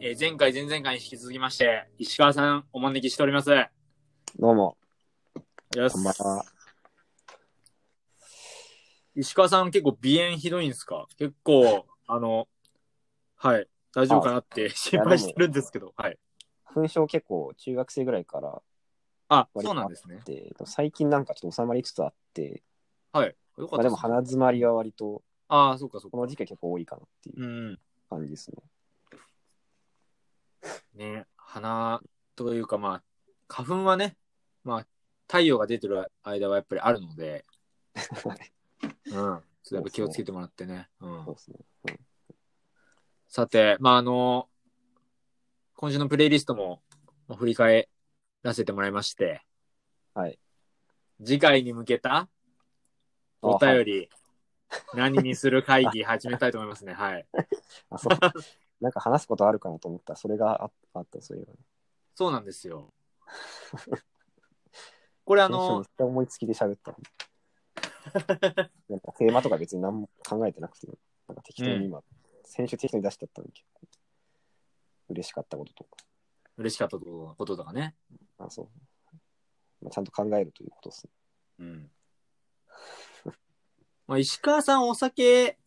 えー前回、前々回に引き続きまして、石川さんお招きしております。どうも、よしこんばんは。石川さん結構鼻炎ひどいんですか結構、あの、はい、大丈夫かなって 心配してるんですけど、はい。紛争結構中学生ぐらいからああ、割そとうなんですねっ。て、最近なんかちょっと収まりつつあって、はい。よかまったあ、でっもすね鼻詰まりは割と、ああ、そうかそうこか。の時期は結構多いかなっていううん。感じですね。ね、鼻というかまあ、花粉はね、まあ、太陽が出てる間はやっぱりあるの で、うん。ちょっとやっぱ気をつけてもらってね。うんそう。ですね。さて、まあ、あの、今週のプレイリストもまあ振り返らせてもらいまして、はい。次回に向けたおあ便はいり、何にする会議 始めたいと思いますね。はい。あそう なんか話すことあるかなと思ったら、それがああった、そういえばね。そうなんですよ。 これああの、めっの、ちゃ思いつきで喋 ったの。なんかテーマとか別に何も考えてなくて、なんか適当に今、先週適当に出しちゃったのに結構、嬉しかったこととか、嬉しかったこととかね。あそうまあ、ちゃんと考えるということですね。うん。まあ、石川さんお酒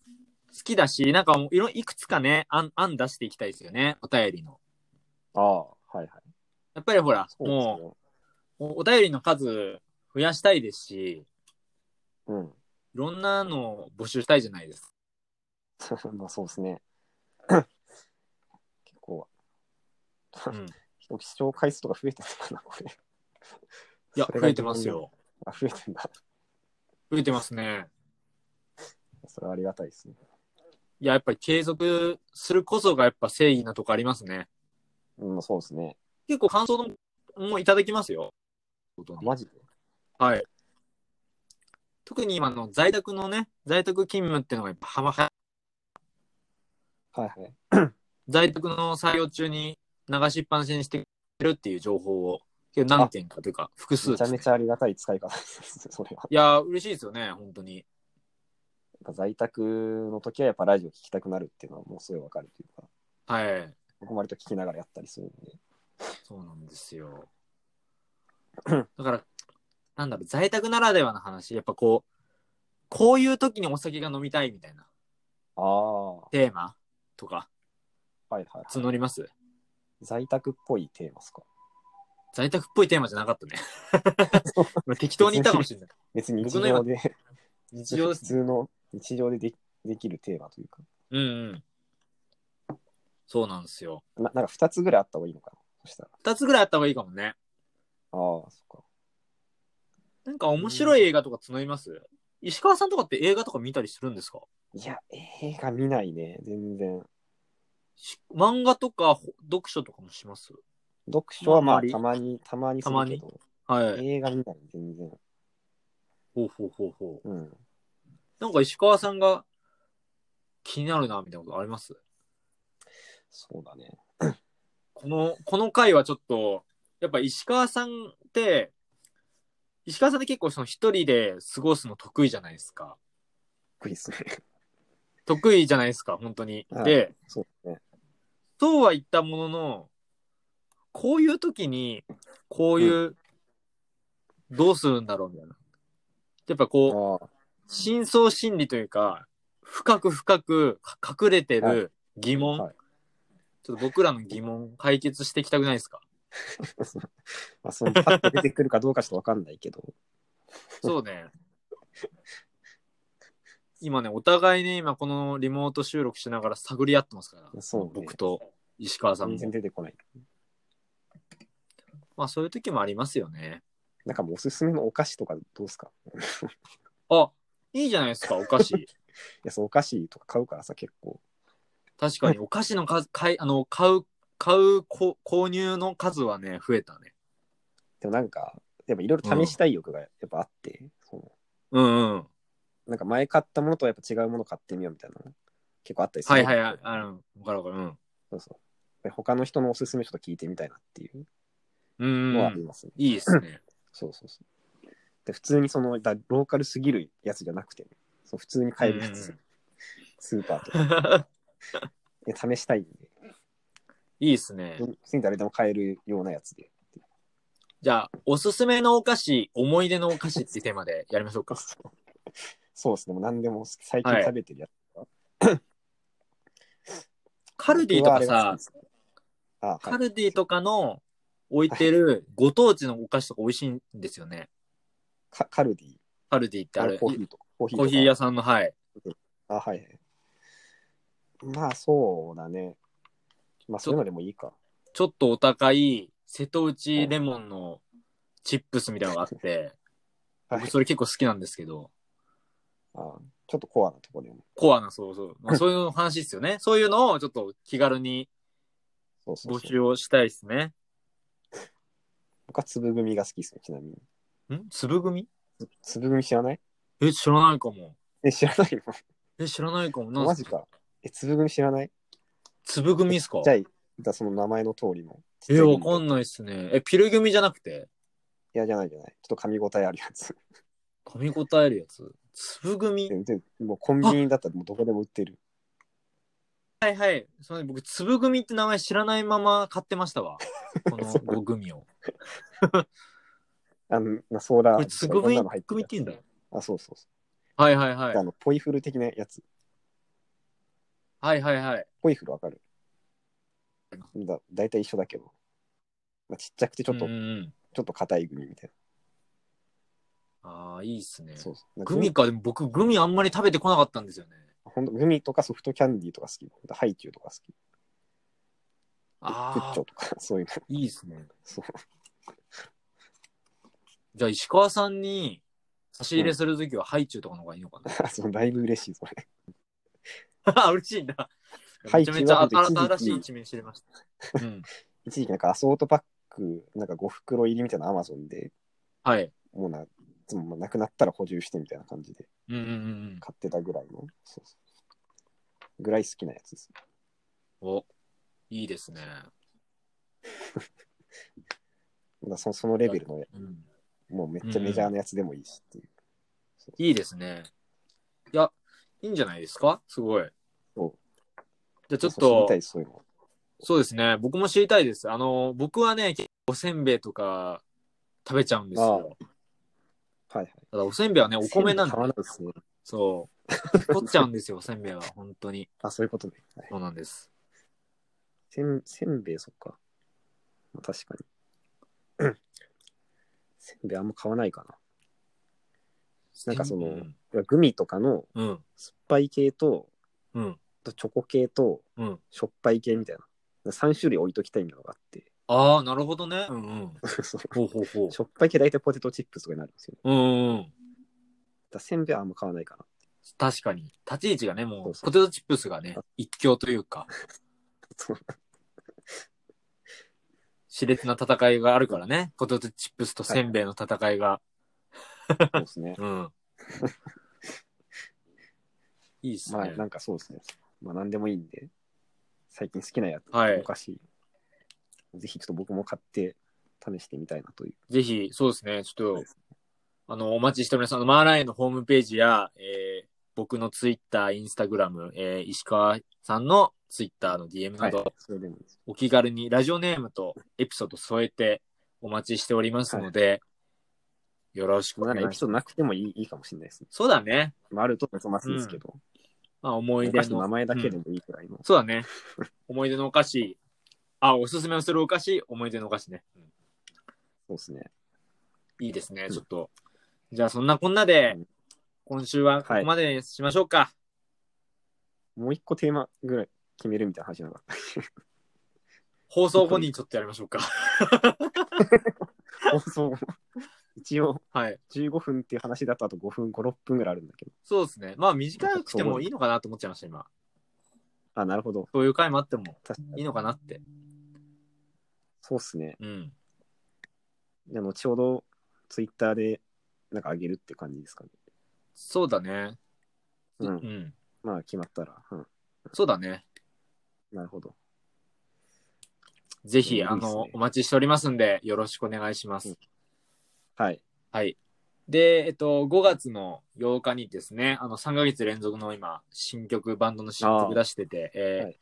好きだし、なんかもういろ、いくつかね、案、案出していきたいですよね。お便りの。ああ、はいはい。やっぱりほら、そうですもう、ね。おお便りの数増やしたいですし、 うん。いろんなのを募集したいじゃないですか。まあそうで すね。結構、うん、い視聴回数とか増えてるのかな、これ。や、それ増がえてますよ。あ、増えてんだ。 増えてますね。それはありがたいですね。いや、やっぱり継続するこそがやっぱ正義なとこありますね。うん、そうですね。結構感想ももいただきますよ。本当あにマジではい。特に今の在宅のね、在宅勤務っていうのがやっぱはまは、はいはい。在宅の採用中に流しっぱなしにしてるっていう情報を、結構何件かというか、複数めちでゃす、めね。ちゃありがたい使い方ですね、 それは。いや、嬉しいですよね、本当に。やっぱ在宅の時はやっぱラジオ聞きたくなるっていうのはもうすごいわかるというか、はい。僕も割と聞きながらやったりするんで。そうなんです よ。だから、なんだろう、在宅ならではの話、やっぱこう、こういう時にお酒が飲みたいみたいなああ、はテーマとかいはい、はい。募ります在宅っぽいテーマですか。在宅っぽいテーマじゃなかったね。まあ 適当に言ったかもしれない。別に日僕の今常で、日常 普ですね。通の日常ででできるテーマというか。うんうん。そうなんですよ。ななんか2つぐらいあった方がいいのかな。そしたら。二つぐらいあった方がいいかもね。ああ、そっか。なんか面白い映画とか募ります石川さんとかって映画とか見たりするんですかいや、映画見ないね、全然。し漫画とかほ読書とかもします読書はあんままあ、りたまに、たまにするけど、はい。映画見ない、全然。ほうほうほうほう。うん。なんか石川さんが気になるな、みたいなことありますそうだね。この、この回はちょっと、やっぱ石川さんって、石川さんって結構その一人で過ごすの得意じゃないですか。クリスね。 得意じゃないですか、本当に。はいで、そうね。そうは言ったものの、こういう時に、こういう、どうするんだろうみたいな。やっぱこう、ああ、深層心理というか、深く深くか隠れてはる疑問、はい ちょっと僕らの疑問解決していきたくないですかまあ、その、パッと出てくるかどうかちょっとわかんないけど。そうね。今ね、お互いね、今このリモート収録しながら探り合ってますから、そうね僕と石川さん全も。然出てこない。まあそういう時もありますよね。なんかもうおすすめのお菓子とかどうすかいあ、いいじゃないですか、お 菓子。や、そう、お菓子とか買うからさ、結構。確かにお菓子の数、買い、あの、買う、買う、こ購入の数はね、増えたね。でもなんか、やっぱいろいろ試したい欲がやっぱあって、そのうんうん。なんか前買ったものとはやっぱ違うもの買ってみようみたいなの結構あったりすはる。いはいはい。あの、わかるわかる。うん。そうそう。他の人のおすすめちょっと聞いてみたいなっていううんうんのはあうんり。ますね。いいです ね。そうそうそう。で、普通にその、だローカルすぎるやつじゃなくて、ね、そう普通に買えるやつ、うんスーパーとか確で試したいんで。いいっすね。普通に誰でも買えるようなやつ で。じゃあ、おすすめのお菓子、思い出のお菓子っていうテーマでやりましょう か。そうですね、もう何でも最近食べてるやつ。カルディとか僕はあれさが好き、ですあはいカルディとかの置いてるご当地のお菓子とか美味しいんですよね。カカルディ。カルディってあある。のココーーヒヒーとか。コーヒーとかー屋さんの、はい。あ、はいはい。まあ、そうだね。まあ、そういうのでもいいか。ちょっとお高い瀬戸内レモンのチップスみたいなのがあって、はい僕それ結構好きなんですけど、あちょっとコアなところでね。コアな、そうそう。まあ、 そういう話ですよね。そういうのをちょっと気軽にそうそう募そう。集をしたいですね。僕は粒組が好きですね、ちなみに。ん粒組粒組知らない え、知らないかも。え、知らないえ、知らないかも。なのんマジか。え、粒組知らない粒組ですかじゃあ、いたその名前の通りの。え、わかい。んないっすね。え、ピル組じゃなくていや、じゃないじゃない。ちょっと噛み応えあるやつ。噛み応えるやつ。粒組全然、もうコンビニだったらもうどこでも売ってる。はいはい。その僕、粒組って名前知らないまま買ってました わ。この5組を。あの、まあ、ソーラこれ、ー、粒いろん組なの入ってる組っやつて言うんだ。あ、そうそうそ。はいはいうはいで。あの、ポイフル的なやつ。はいはいはい。ポイフルわかるだ大体一緒だけど。まあ、ちっちゃくてちょっと、うんうんちょっと硬いグミみたいああ、いいっすねな。。そうそう。グミか、でも僕、グミあんまり食べてこなかったんですよね。ほんとグミとかソフトキャンディーとか好き。ハイキューとか好き。グッあチあョ、とか、そういうの。いいっすね。そう。 じゃあ、石川さんに差し入れするときは、ハイチュウとかの方がいいのか あそうだいぶ嬉しい、それ。な。あ、嬉しいんだ。ハめイちチゃュウめちゃはあ本当一時新期しい一面知れました。うん。一時期なんかアソートパック、なんか5袋入りみたいなアマゾンで、はい。もうな、つもなくなったら補充してみたいな感じでうんうんうんうん。買ってたぐらいの。そうそう。ぐらい好きなやつです。お、いいですね。だからそそのレベルのや、うん。もうめっちゃメジャーなやつでもいいしっていう。いいですね。いや、いいんじゃないですかすごい。そうじゃあちょっそう知りとた、い、そういうの。そうですね。僕も知りたいです。あの、僕はね、結構おせんべいとか食べちゃうんですよ。はいはい。ただおせんべいはね、お米なんで買、わないですね。そう。太っちゃうんですよ、おせんべいは。本当に。あ、そういうことね。はい、そうなんです。せんせんべい、そっか。まあ、確かに。 せんべいあんま買わないかなんかそのうん。な。グミとかのうん。酸っぱい系と、うん。チョコ系とうん。しょっぱい系みたいな。3種類置いときたいみたいなのがあって。 ああ、なるほどね。うんうん。そうほうほうほうしょっぱい系大体ポテトチップスとかになるんですよね。。うんうんうん。だからせんべいはあんま買わな いかな。確かに。立ち位置がね、もうそう、そポうテトチップスがね、一強というか、そう熾烈な戦いがあるからね。ポテトチップスとせんべいの戦いが。そうですね。うん。いいっすまあね。なんかそうですね。まあなんでもいいんで、最近好きなやつ、はいお菓子、ぜひちょっと僕も買って試してみたいなという。ぜひ、そうですね。ちょはっいと、あの、お待ちしております。あの、マーライオンのホームページや、えー僕のツイッター、インスタグラム、えー石川さんのツイッターの DM など、それでもいいです。お気軽にラジオネームとエピソード添えてお待ちしておりますので、よろしくおまあ、願なんかエいピします。ソードなくてもいいいいかもしれないですね。そうだね。まあ、あるとまずいですけど、まあ、思いお出菓子の名の。前だけでもいいくらいの。そうだね。思い出のお菓子。あ、おすすめをするお菓子、思い出のお菓子ね。うんそうですね。いいですね、うんちょっと。じゃあ、そんなこんなでうん、今週はここまでにしましょうか。もう一個テーマぐらい決めるみたいな話な かっ放送後にちょっとやりましょう か。た。放送も一応はい。 15分っていう話だとあと5分、5、6分ぐらいあるんだけど。そうですね。まあ、短くてもいいのかなと思っちゃいました、今。あ、なるほど。そういう回もあっても確かいいに。のかなって。そうですね。うん。でもちょうどツイッターでなんか上げるって感じですかね。そうだね。う。うんん。まあ決まったら。うん。そうだね。なるほど。ぜひ、いいですあねの、お待ちしておりますんで、よろしくお願いしまうんす。はい。はい。で、えっと、5月の8日にですね、あの、3ヶ月連続の今、新曲、バンドの新曲出してて、えーはい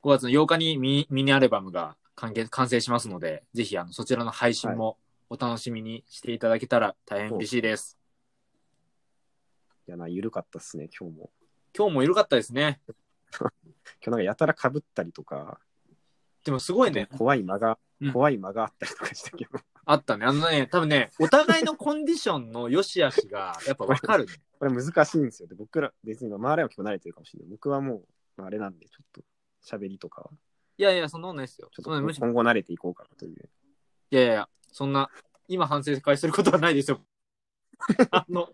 5月の8日にミミニアルバムが完結完成しますので、ぜひあのそちらの配信もお楽しみにしていただけたら大変嬉しいです。いやな、緩かったっすね、今日も。今日も緩かったですね。今日なんかやたらかぶったりとか、でもすごいね、怖い間がうん、怖い間があったりとかしたけど、 あったね。あのね、多分ね、お互いのコンディションの良し悪しがやっぱ分 かるね。これ難しいんですよ。で、僕ら、別に今、周りは結構慣れてるかもしれない。僕はもう、まあ、あれなんで、ちょっと、喋りとかは、いやいや、そんなことないですよ。ちょっそんなむとし今後慣れていこうかなという。いやいやいや、そんな、今反省会することはない ですよ。あの、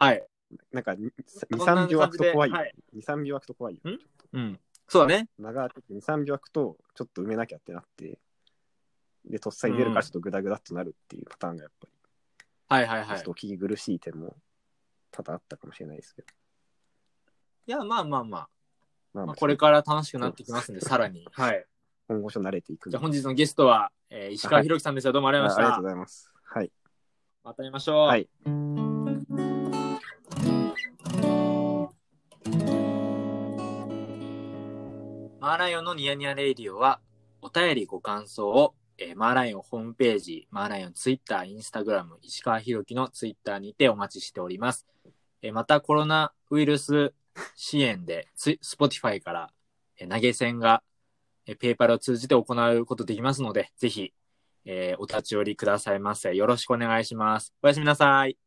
はい。なんか、2、こんな3秒空くと怖いよ感じではい。 2、3秒空くと怖いよ。うん。そうだね。間が空く、2、3秒空くと、ちょっと埋めなきゃってなって、で、とっさに出るから、ちょっとグダグダっとなるっていうパターンがやっぱり、はいはいはちいょっ。とお聞き苦しい点も多々あったかもしれないですけど。いや、まあまあままあ、あままあ、あ、これから楽しくなってきますんで、さらに。はい。今後ちょっと慣れていくんじでゃあ本日のゲストは、えー石川博樹さんでした。どうもありがとうございあありまがしとうた。ございます。はい。また会いましょう。はいマーライオンのニヤニヤレイディオは、お便りご感想を、えーマーライオンホームページ、マーライオンツイッター、インスタグラム、石川博樹のツイッターにてお待ちしております。えーまたコロナウイルス支援で、ツイ Spotify から、えー投げ銭が、えーペイパルを通じて行うことできますので、ぜひ、えーお立ち寄りくださいませ。よろしくお願いします。おやすみなさい。